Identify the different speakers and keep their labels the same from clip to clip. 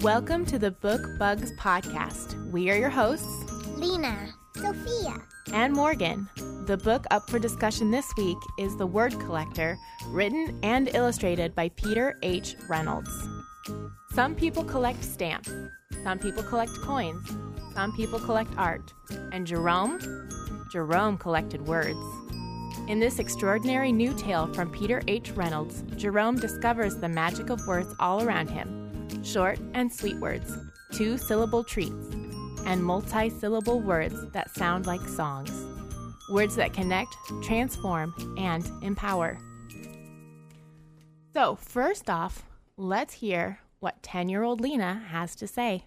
Speaker 1: Welcome to the Book Bugs Podcast. We are your hosts
Speaker 2: Lena, Sophia,
Speaker 1: and Morgan. The book up for discussion this week is The Word Collector, written and illustrated by Peter H. Reynolds. Some people collect stamps, some people collect coins, some people collect art, and Jerome? Jerome collected words. In this extraordinary new tale from Peter H. Reynolds, Jerome discovers the magic of words all around him short and sweet words, two syllable treats, and multi syllable words that sound like songs. Words that connect, transform, and empower. So, first off, let's hear what 10 year old Lena has to say.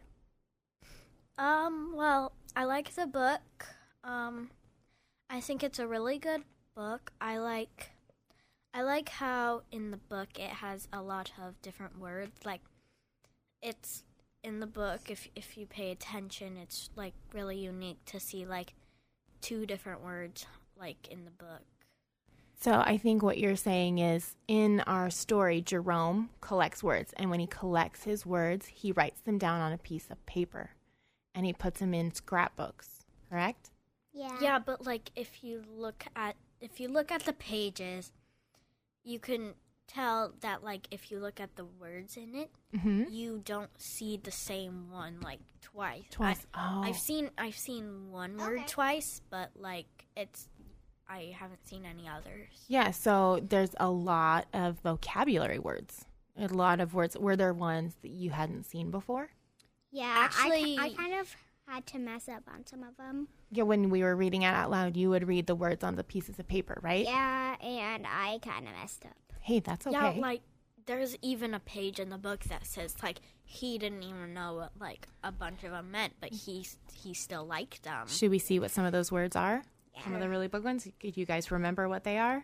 Speaker 2: Um, well, I like the book. Um, I think it's a really good book. I like I like how in the book it has a lot of different words. Like it's in the book if if you pay attention, it's like really unique to see like two different words like in the book.
Speaker 1: So I think what you're saying is in our story, Jerome collects words, and when he collects his words, he writes them down on a piece of paper and he puts them in scrapbooks, correct?
Speaker 2: Yeah. but like if you look at if you look at the pages, you can tell that like if you look at the words in it,
Speaker 1: Mm-hmm.
Speaker 2: you don't see the same one like twice.
Speaker 1: Twice. oh.
Speaker 2: I, have seen I've seen one word twice, but like it's I haven't seen any others.
Speaker 1: Yeah, so there's a lot of vocabulary words. A lot of words. Were there ones that you hadn't seen before?
Speaker 3: Yeah,
Speaker 2: Actually-
Speaker 3: I, ki- I kind of had to mess up on some of them.
Speaker 1: Yeah, when we were reading it out loud, you would read the words on the pieces of paper, right?
Speaker 3: Yeah, and I kind of messed up.
Speaker 1: Hey, that's okay.
Speaker 2: Yeah, like there's even a page in the book that says like he didn't even know what like a bunch of them meant, but he he still liked them.
Speaker 1: Should we see what some of those words are? Some of the really big ones? Could you guys remember what they are?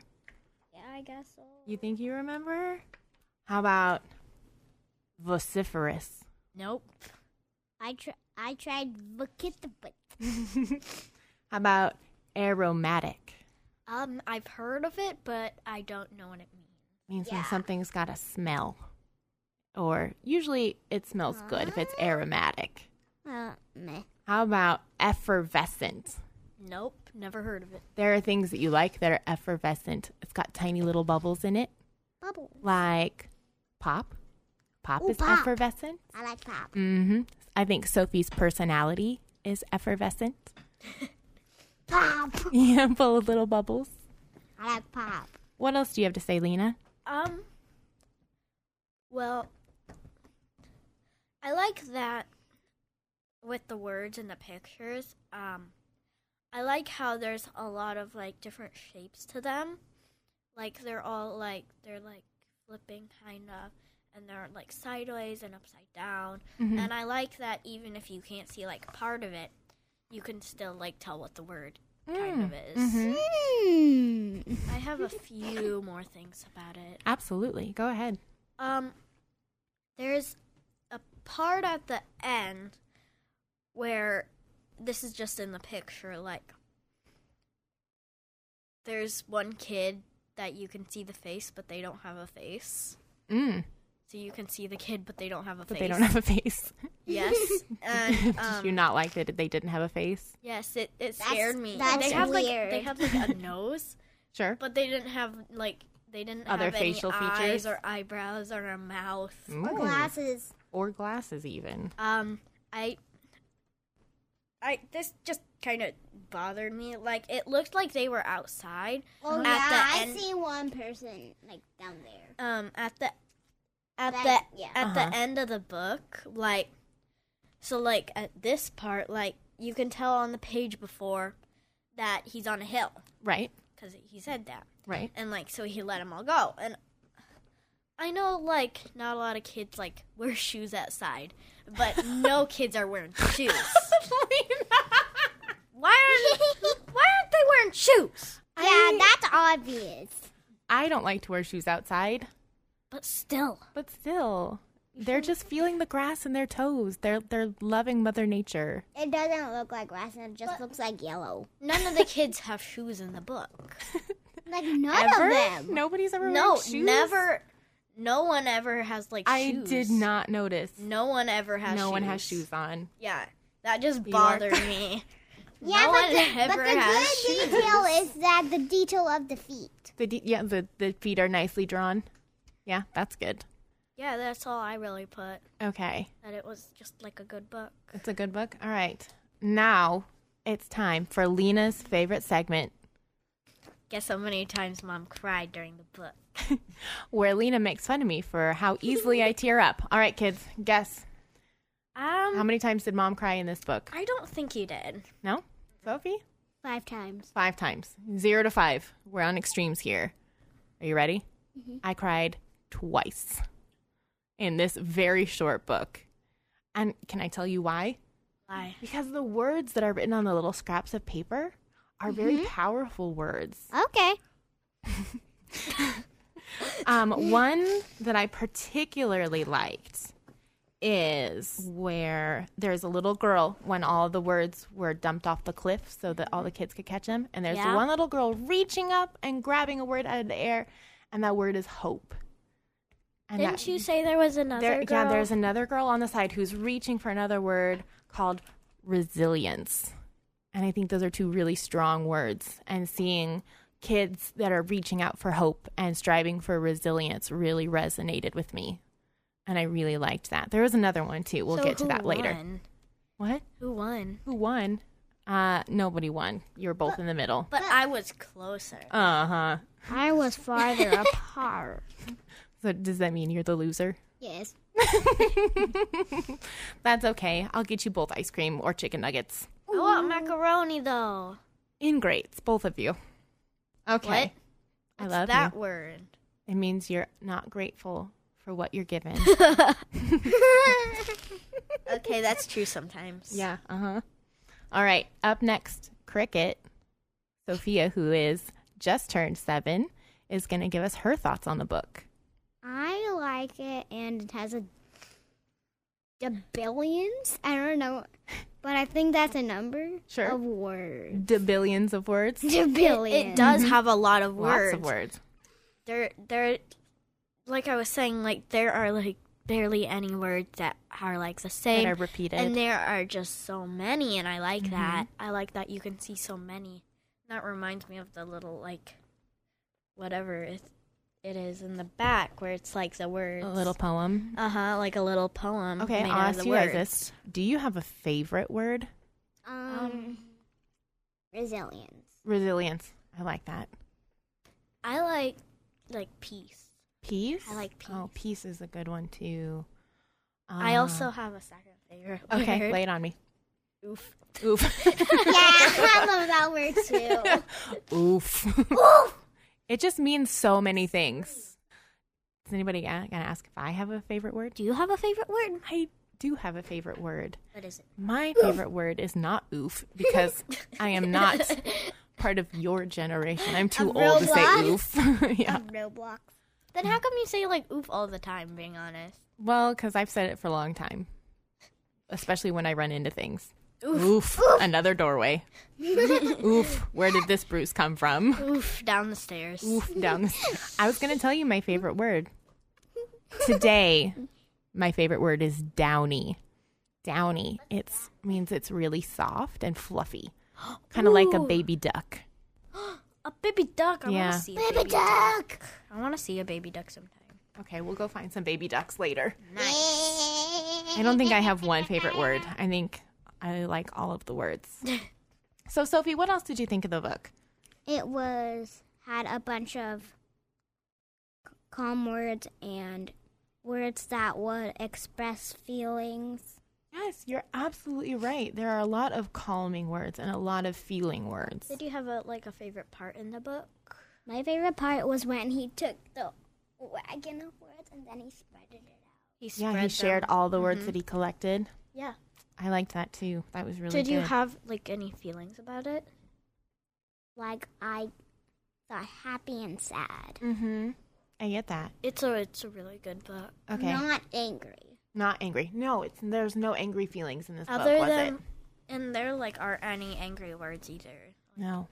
Speaker 3: Yeah, I guess so.
Speaker 1: You think you remember? How about vociferous?
Speaker 2: Nope.
Speaker 3: I tr- I tried look at the but
Speaker 1: How about aromatic?
Speaker 2: Um, I've heard of it, but I don't know what it means.
Speaker 1: means when
Speaker 3: Yeah.
Speaker 1: something's got a smell. Or usually it smells good if it's aromatic.
Speaker 3: uh, meh.
Speaker 1: How about effervescent?
Speaker 2: Nope, never heard of it.
Speaker 1: There are things that you like that are effervescent. It's got tiny little bubbles in it,
Speaker 3: Bubble.
Speaker 1: like pop. Pop
Speaker 3: Ooh,
Speaker 1: is
Speaker 3: pop.
Speaker 1: effervescent.
Speaker 3: I like pop.
Speaker 1: Mm-hmm. I think Sophie's personality is effervescent.
Speaker 3: Pop.
Speaker 1: yeah, full of little bubbles.
Speaker 3: I like pop.
Speaker 1: What else do you have to say, Lena?
Speaker 2: Um. Well, I like that with the words and the pictures. Um, I like how there's a lot of like different shapes to them. Like they're all like they're like flipping kind of, and they're like sideways and upside down. And I like that even if you can't see like part of it, you can still like tell what the word kind of is.
Speaker 3: mm-hmm. Mm.
Speaker 2: I have a few more things about it.
Speaker 1: Absolutely. Go ahead.
Speaker 2: Um, there's a part at the end where this is just in the picture. Like, there's one kid that you can see the face, but they don't have a face.
Speaker 1: Mm.
Speaker 2: So you can see the kid, but they don't have a
Speaker 1: But
Speaker 2: face.
Speaker 1: they don't have a face.
Speaker 2: Yes, and um,
Speaker 1: Did you not like that they didn't have a face?
Speaker 2: yes, it, it
Speaker 3: That's-
Speaker 2: scared me.
Speaker 3: that's
Speaker 2: they have like
Speaker 3: weird.
Speaker 2: they have like a nose,
Speaker 1: Sure.
Speaker 2: but they didn't have like they didn't
Speaker 1: Other
Speaker 2: have any
Speaker 1: facial
Speaker 2: eyes
Speaker 1: features?
Speaker 2: or eyebrows or a mouth.
Speaker 1: Ooh.
Speaker 3: Glasses.
Speaker 1: Or glasses, even.
Speaker 2: Um, I, I this just kind of bothered me. Like it looked like they were outside.
Speaker 3: Oh
Speaker 2: At
Speaker 3: yeah,
Speaker 2: the
Speaker 3: I
Speaker 2: end-
Speaker 3: see one person like down there.
Speaker 2: Um, at the at
Speaker 3: That-
Speaker 2: the
Speaker 3: yeah.
Speaker 2: at
Speaker 1: Uh-huh.
Speaker 2: the end of the book, like so, like at this part, like you can tell on the page before that he's on a hill
Speaker 1: Right.
Speaker 2: because he said that,
Speaker 1: Right.
Speaker 2: and like so he let them all go. And I know, like, not a lot of kids like wear shoes outside, but no kids are wearing shoes. Why aren't Why aren't they wearing shoes?
Speaker 3: Yeah, that's obvious.
Speaker 1: I don't like to wear shoes outside,
Speaker 2: But still,
Speaker 1: but still, they're just feeling the grass in their toes. They're they're loving Mother Nature.
Speaker 3: It doesn't look like grass. It just looks like yellow.
Speaker 2: none of the kids have shoes in the book.
Speaker 3: Like none
Speaker 1: Ever?
Speaker 3: of them.
Speaker 1: Nobody's ever
Speaker 2: No,
Speaker 1: wearing shoes.
Speaker 2: never, No one ever has like
Speaker 1: I
Speaker 2: shoes.
Speaker 1: did not notice.
Speaker 2: No one ever has
Speaker 1: no
Speaker 2: shoes.
Speaker 1: one has shoes on.
Speaker 2: Yeah. That just
Speaker 1: are-
Speaker 2: bothered me.
Speaker 3: Yeah,
Speaker 2: no
Speaker 3: but
Speaker 2: one
Speaker 3: the,
Speaker 2: ever
Speaker 3: but the
Speaker 2: has
Speaker 3: good detail is that the detail of the feet.
Speaker 1: The de- yeah, the, the feet are nicely drawn. Yeah, that's good.
Speaker 2: Yeah, that's all I really put.
Speaker 1: Okay.
Speaker 2: That it was just like a good book.
Speaker 1: It's a good book. All right. Now it's time for Lena's favorite segment
Speaker 2: Guess how many times mom cried during the book.
Speaker 1: where Lena makes fun of me for how easily I tear up. All right, kids, guess. How
Speaker 2: Um
Speaker 1: many times did mom cry in this book?
Speaker 2: I don't think you did.
Speaker 1: No? Sophie?
Speaker 3: Five times.
Speaker 1: Five times. Zero to five. We're on extremes here. Are you ready? I cried twice in this very short book. And can I tell you why?
Speaker 2: Why?
Speaker 1: Because the words that are written on the little scraps of paper are very powerful words.
Speaker 3: Okay.
Speaker 1: Um, one that I particularly liked is where there's a little girl when all the words were dumped off the cliff so that all the kids could catch them. And there's
Speaker 2: Yeah.
Speaker 1: one little girl reaching up and grabbing a word out of the air, and that word is hope. And
Speaker 2: Didn't
Speaker 1: that-
Speaker 2: you say there was another
Speaker 1: there,
Speaker 2: girl?
Speaker 1: yeah, there's another girl on the side who's reaching for another word called resilience. And I think those are two really strong words. And seeing kids that are reaching out for hope and striving for resilience really resonated with me. And I really liked that. There was another one too. We'll
Speaker 2: So
Speaker 1: get to
Speaker 2: who
Speaker 1: that later.
Speaker 2: won?
Speaker 1: What?
Speaker 2: Who won?
Speaker 1: Who won? Uh nobody won. You're both in the middle.
Speaker 2: But I was closer.
Speaker 1: Uh-huh.
Speaker 3: I was farther apart.
Speaker 1: So does that mean you're the loser?
Speaker 3: Yes.
Speaker 1: That's okay. I'll get you both ice cream or chicken nuggets.
Speaker 2: I want macaroni though.
Speaker 1: Ingrates, both of you. Okay. I
Speaker 2: What's
Speaker 1: love
Speaker 2: that
Speaker 1: you.
Speaker 2: word.
Speaker 1: It means you're not grateful for what you're given.
Speaker 2: Okay, that's true sometimes.
Speaker 1: yeah. Uh huh. All right. Up next, Cricket. Sophia, who is just turned seven, is going to give us her thoughts on the book.
Speaker 3: I like it, and it has a, a billions. I don't know, but I think that's a number
Speaker 1: Sure.
Speaker 3: of words.
Speaker 1: The billions of words.
Speaker 3: The billions.
Speaker 2: It does have a lot of
Speaker 1: Mm-hmm. Lots
Speaker 2: words.
Speaker 1: of words.
Speaker 2: There there like I was saying, like there are like barely any words that are like the
Speaker 1: That Mm-hmm.
Speaker 2: same.
Speaker 1: are repeated.
Speaker 2: and there are just so many and I like that. I like that you can see so many. That reminds me of the little like whatever it it is in the back where it's like the words.
Speaker 1: a little poem.
Speaker 2: uh huh, like a little poem.
Speaker 1: Okay,
Speaker 2: made
Speaker 1: I'll
Speaker 2: out Um, of
Speaker 1: ask
Speaker 2: the
Speaker 1: you guys
Speaker 2: words.
Speaker 1: this. Do you have a favorite word?
Speaker 3: um resilience.
Speaker 1: Resilience. I like that.
Speaker 2: I like like peace.
Speaker 1: Peace?
Speaker 2: I like peace.
Speaker 1: Oh, peace is a good one too.
Speaker 2: I
Speaker 1: Uh,
Speaker 2: also have a second favorite.
Speaker 1: Okay,
Speaker 2: word.
Speaker 1: lay it on me.
Speaker 2: Oof.
Speaker 1: Oof.
Speaker 3: yeah, I love that word too.
Speaker 1: Oof. it just means so many things. Is anybody going to ask if I have a favorite word?
Speaker 2: Do you have a favorite word?
Speaker 1: I do have a favorite word.
Speaker 2: What is it?
Speaker 1: My favorite word is not oof because I am not part of your generation. I'm too
Speaker 3: Of
Speaker 1: old to say
Speaker 3: Roblox?
Speaker 1: oof. yeah.
Speaker 3: Of Roblox.
Speaker 2: Then
Speaker 1: Mm.
Speaker 2: how come you say like oof all the time? Being honest.
Speaker 1: Well, because I've said it for a long time, especially when I run into things.
Speaker 2: Oof.
Speaker 1: Oof. Another doorway. oof. Where did this bruise come from?
Speaker 2: Oof down the stairs.
Speaker 1: Oof, down the I was going to tell you my favorite word. Today, my favorite word is downy. Downy. It means it's really soft and fluffy, kind of like a
Speaker 2: Ooh.
Speaker 1: baby duck.
Speaker 2: A baby duck. I
Speaker 1: Yeah.
Speaker 2: want to see a
Speaker 3: Baby duck.
Speaker 2: I want to see a baby duck sometime.
Speaker 1: Okay, we'll go find some baby ducks later.
Speaker 2: Nice.
Speaker 1: I don't think I have one favorite word. I think I like all of the words. So, Sophie, what else did you think of the book?
Speaker 3: It was had a bunch of c- calm words and words that would express feelings.
Speaker 1: Yes, you're absolutely right. There are a lot of calming words and a lot of feeling words.
Speaker 2: Did you have a like a favorite part in the book?
Speaker 3: My favorite part was when he took the wagon of words and then he spread it out.
Speaker 2: He
Speaker 1: Yeah, he
Speaker 2: spread
Speaker 1: shared
Speaker 2: them. Mm-hmm.
Speaker 1: all the words that he collected.
Speaker 2: Yeah.
Speaker 1: I liked that too. That was really
Speaker 2: Did you
Speaker 1: good.
Speaker 2: have like any feelings about it?
Speaker 3: Like I got happy and sad,
Speaker 1: mm-hmm. I get that.
Speaker 2: It's a it's a really good book.
Speaker 1: Okay.
Speaker 3: not angry.
Speaker 1: Not angry. No, it's there's no angry feelings in this
Speaker 2: Other
Speaker 1: book, was
Speaker 2: than
Speaker 1: it?
Speaker 2: and there like aren't any angry words either.
Speaker 1: No.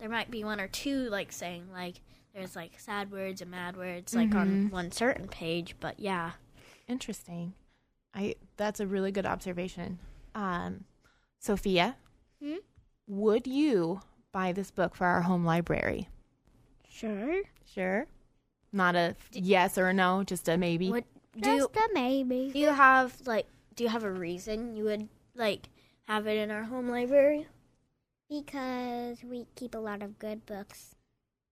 Speaker 2: There might be one or two like saying like there's like sad words and mad words like
Speaker 1: Mm-hmm.
Speaker 2: on one certain page, but yeah.
Speaker 1: Interesting. I that's a really good observation. Um, Sophia,
Speaker 3: Hmm?
Speaker 1: would you buy this book for our home library?
Speaker 3: Sure.
Speaker 1: Sure. Not a yes or a no, just a maybe.
Speaker 2: What do you,
Speaker 3: Just a maybe.
Speaker 2: do you have like do you have a reason you would like have it in our home library?
Speaker 3: Because we keep a lot of good books.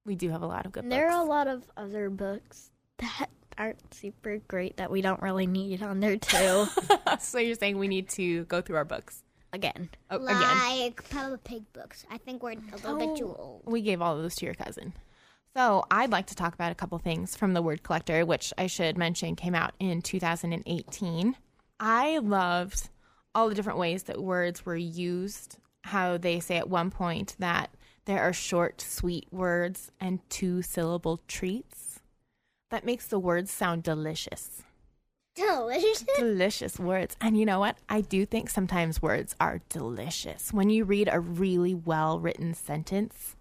Speaker 1: We do have a lot of good
Speaker 2: there are a
Speaker 1: books.
Speaker 2: lot of other books that aren't super great that we don't really need on there too.
Speaker 1: so you're saying we need to go through our books
Speaker 2: Again.
Speaker 1: oh, again?
Speaker 3: Like Peppa Pig books. I think we're a little bit too old.
Speaker 1: We gave all of those to your cousin. So I'd like to talk about a couple things from the Word Collector, which I should mention came out in 2018. I loved all the different ways that words were used. How they say at one point that there are short, sweet words and two syllable treats. That makes the words sound delicious.
Speaker 3: Delicious.
Speaker 1: delicious words. And you know what? I do think sometimes words are delicious. When you read a really well written sentence,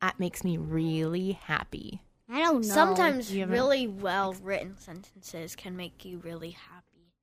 Speaker 1: that makes me really happy.
Speaker 3: I don't know.
Speaker 2: Sometimes
Speaker 1: You haven't-
Speaker 2: really well written sentences can make you really happy.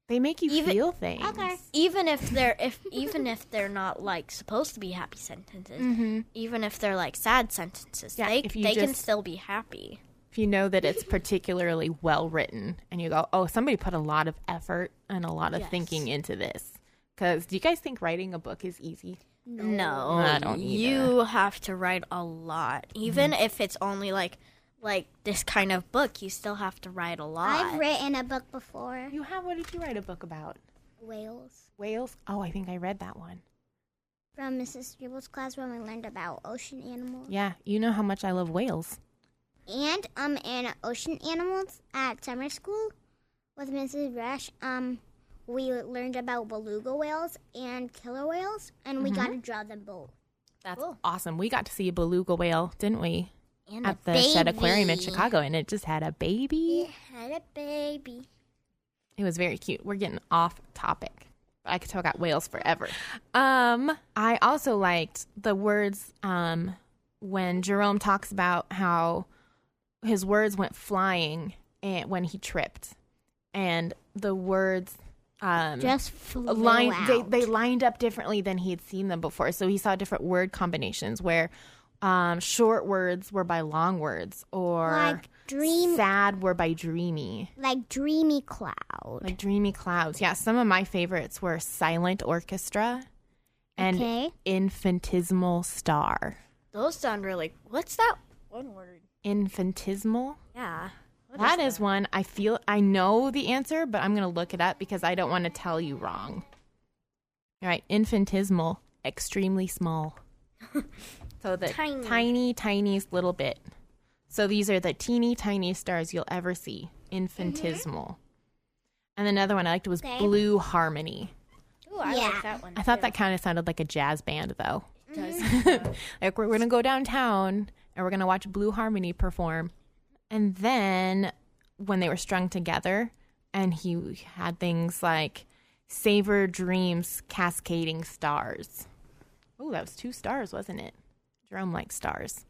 Speaker 1: They make you
Speaker 2: Even-
Speaker 1: feel things.
Speaker 3: Okay.
Speaker 2: even if they're if even if they're not like supposed to be happy sentences, even if they're like sad sentences,
Speaker 1: Mm-hmm. Yeah,
Speaker 2: they
Speaker 1: if you
Speaker 2: they can
Speaker 1: just-
Speaker 2: still be happy.
Speaker 1: If you know that it's particularly well written and you go, oh, somebody put a lot of effort and a lot of
Speaker 2: Yes.
Speaker 1: thinking into this. Because do you guys think writing a book is easy?
Speaker 2: No,
Speaker 1: I don't Mm-hmm.
Speaker 2: you have to write a lot, even if it's only like like this kind of book. You still have to write a lot.
Speaker 3: I've written a book before.
Speaker 1: You have, what did you write a book about?
Speaker 3: Whales.
Speaker 1: Whales? Oh, I think I read that one.
Speaker 3: From Mrs. Jubel's class when we learned about ocean animals.
Speaker 1: Yeah, you know how much I love whales.
Speaker 3: And um in ocean animals at summer school with Mrs. Rush, um we learned about beluga whales and killer whales and we got to draw them both.
Speaker 2: That's
Speaker 1: Awesome. We got to see a beluga whale, didn't we?
Speaker 2: and
Speaker 1: at the Shedd Aquarium in
Speaker 3: baby.
Speaker 1: Chicago, and it just had a baby.
Speaker 3: had a baby.
Speaker 1: It was very cute. We're getting off topic. I could talk about whales forever. Um, I also liked the words um, when Jerome talks about how his words went flying and when he tripped, and the words um,
Speaker 3: Just flew
Speaker 1: line
Speaker 3: out.
Speaker 1: they, they lined up differently than he had seen them before so he saw different word combinations where um, short words were by long words or
Speaker 3: Like dream-
Speaker 1: sad were by dreamy
Speaker 3: like dreamy cloud.
Speaker 1: like dreamy clouds yeah some of my favorites were silent orchestra and
Speaker 3: Okay.
Speaker 1: infinitesimal star
Speaker 2: those sound really. What's that one word?
Speaker 1: infinitesimal
Speaker 2: Yeah, What
Speaker 1: that is one i feel i know the answer but i'm gonna look it up because i don't want to tell you wrong all right infinitesimal extremely small so the
Speaker 2: Tiny.
Speaker 1: tiny tiniest little bit so these are the teeny tiny stars you'll ever see infinitesimal and another one i liked was
Speaker 3: Okay.
Speaker 1: blue harmony
Speaker 2: Ooh, I
Speaker 3: Yeah.
Speaker 2: like that one.
Speaker 1: i thought
Speaker 2: too.
Speaker 1: that kind of sounded like a jazz band though
Speaker 2: It does.
Speaker 1: like we're gonna go downtown and we're gonna watch Blue Harmony perform, and then when they were strung together, and he had things like "Savor Dreams," "Cascading Stars." Oh, that was two stars, wasn't it? Jerome likes stars.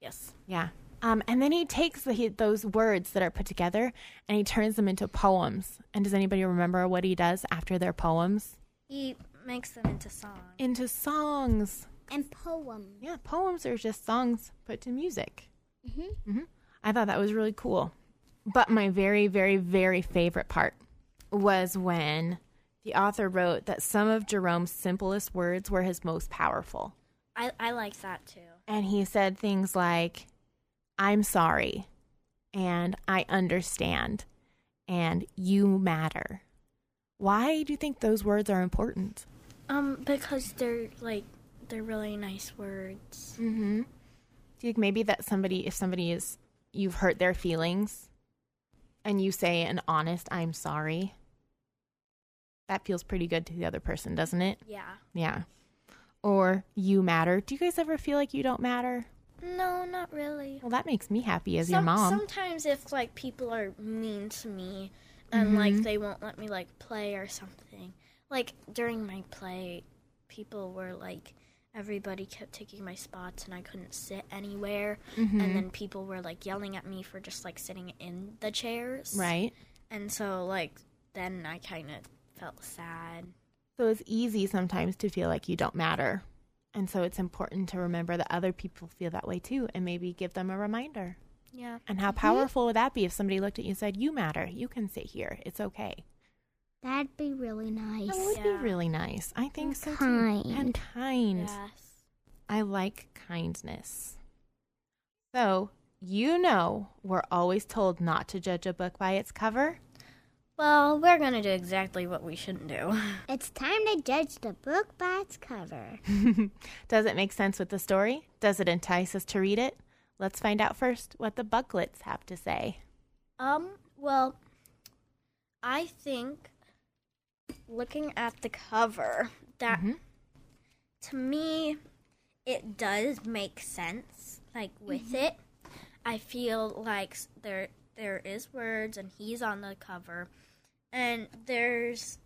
Speaker 2: yes.
Speaker 1: Yeah. Um, and then he takes the, he, those words that are put together and he turns them into poems. And does anybody remember what he does after their poems?
Speaker 2: He makes them into songs.
Speaker 1: Into songs.
Speaker 3: and poem.
Speaker 1: Yeah, poems are just songs put to music. Mm-hmm. I thought that was really cool. But my very, very, very favorite part was when the author wrote that some of Jerome's simplest words were his most powerful.
Speaker 2: I, I like that too.
Speaker 1: And he said things like, I'm sorry, and I understand, and you matter. Why do you think those words are important?
Speaker 2: Um, because they're like they're really nice words.
Speaker 1: Mm-hmm. Do you think maybe that somebody, if somebody is, you've hurt their feelings, and you say an honest "I'm sorry," that feels pretty good to the other person, doesn't it?
Speaker 2: Yeah.
Speaker 1: Yeah. Or you matter. Do you guys ever feel like you don't matter?
Speaker 2: No, not really.
Speaker 1: Well, that makes me happy as your
Speaker 2: Some-
Speaker 1: mom.
Speaker 2: Sometimes if like people are mean to me and like
Speaker 1: Mm-hmm.
Speaker 2: they won't let me like play or something. Like during my play, people were like everybody kept taking my spots and I couldn't sit anywhere.
Speaker 1: Mm-hmm.
Speaker 2: And then people were like yelling at me for just like sitting in the chairs.
Speaker 1: Right.
Speaker 2: And so like then I kind of felt sad.
Speaker 1: So it's easy sometimes to feel like you don't matter. And so it's important to remember that other people feel that way too and maybe give them a reminder.
Speaker 2: Yeah.
Speaker 1: And how powerful would that be if somebody looked at you and said, You matter. You can sit here. It's okay.
Speaker 3: That'd be really nice.
Speaker 1: That would
Speaker 2: Yeah.
Speaker 1: be really nice. I think so. too.
Speaker 3: kind.
Speaker 1: And kind.
Speaker 2: Yes.
Speaker 1: I like kindness. So, you know, we're always told not to judge a book by its cover.
Speaker 2: Well, we're going to do exactly what we shouldn't do.
Speaker 3: It's time to judge the book by its cover.
Speaker 1: Does it make sense with the story? Does it entice us to read it? Let's find out first what the bucklets have to say.
Speaker 2: Um, well, I think looking at the cover, that to me, it does make sense. Like with it, I feel like s- there there is words, and he's on the cover, and there's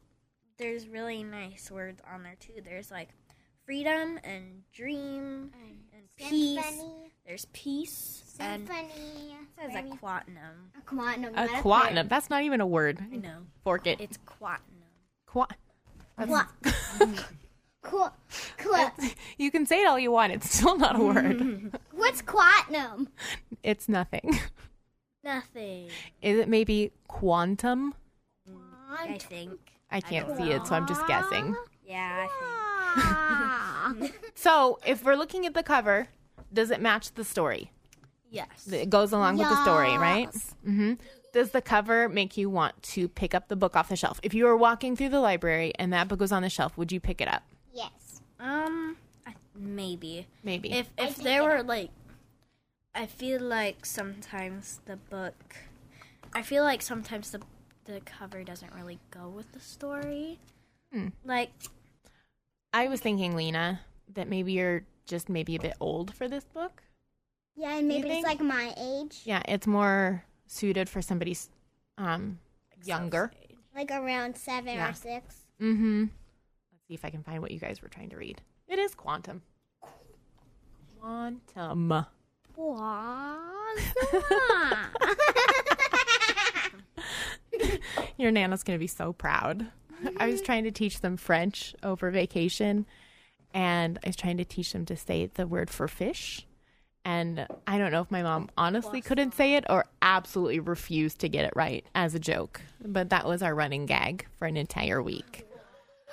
Speaker 2: there's really nice words on there too. There's like freedom and dream and, peace.
Speaker 3: Symphony.
Speaker 2: There's peace and it
Speaker 3: Symphony.
Speaker 2: says a quatnum.
Speaker 3: A quantum.
Speaker 1: A quatnum. That's not even a word.
Speaker 2: I know.
Speaker 1: Fork it.
Speaker 2: It's quatnum.
Speaker 1: Qua-
Speaker 3: Qua. Qua. Qua.
Speaker 1: you can say it all you want. It's still not a word.
Speaker 3: What's quantum?
Speaker 1: it's nothing.
Speaker 2: Nothing.
Speaker 1: Is it maybe quantum?
Speaker 2: I think.
Speaker 1: I can't see it, so I'm just guessing.
Speaker 2: Yeah, I
Speaker 3: Ah.
Speaker 1: So, if we're looking at the cover, does it match the story?
Speaker 2: think. Yes.
Speaker 1: It goes along with the story, right? hmm Does the cover make you want to pick up the book off the shelf? If you were walking through the library and that book was on the shelf, would you pick it up?
Speaker 3: yes.
Speaker 2: Um, I, maybe.
Speaker 1: Maybe.
Speaker 2: If if there were like, I feel like sometimes the book, I feel like sometimes the the cover doesn't really go with the story. Like,
Speaker 1: I was thinking, Lena, that maybe you're just maybe a bit old for this book.
Speaker 3: Yeah, and maybe
Speaker 1: think?
Speaker 3: it's like my age,
Speaker 1: Yeah, it's more suited for somebody's um, younger.
Speaker 3: like around seven
Speaker 1: Yeah.
Speaker 3: or six.
Speaker 1: Mm-hmm. Let's see if I can find what you guys were trying to read. It is quantum. Quantum. Your nana's gonna be so proud. I was trying to teach them French over vacation, and I was trying to teach them to say the word for fish. And I don't know if my mom honestly couldn't say it or absolutely refused to get it right as a joke. But that was our running gag for an entire week.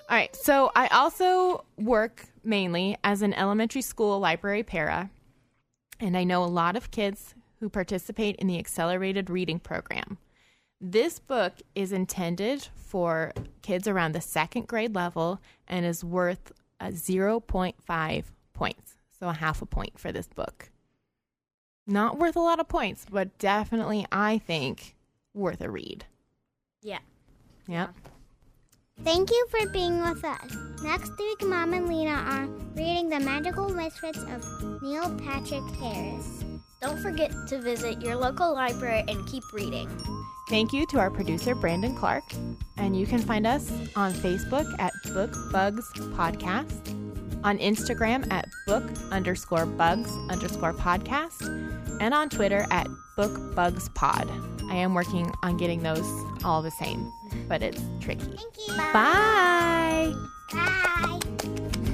Speaker 1: All right. So I also work mainly as an elementary school library para. And I know a lot of kids who participate in the accelerated reading program. This book is intended for kids around the second grade level and is worth uh, a 0.5 points. So, a half a point for this book. Not worth a lot of points, but definitely, I think, worth a read.
Speaker 2: yeah.
Speaker 1: Yeah.
Speaker 3: Thank you for being with us. Next week, Mom and Lena are reading The Magical Misfits of Neil Patrick Harris.
Speaker 2: Don't forget to visit your local library and keep reading.
Speaker 1: Thank you to our producer, Brandon Clark. And you can find us on Facebook at Book Bugs Podcast, on Instagram at Book underscore Bugs underscore Podcast, and on Twitter at Book Bugs Pod. I am working on getting those all the same, but it's tricky.
Speaker 3: Thank you.
Speaker 1: Bye.
Speaker 3: Bye.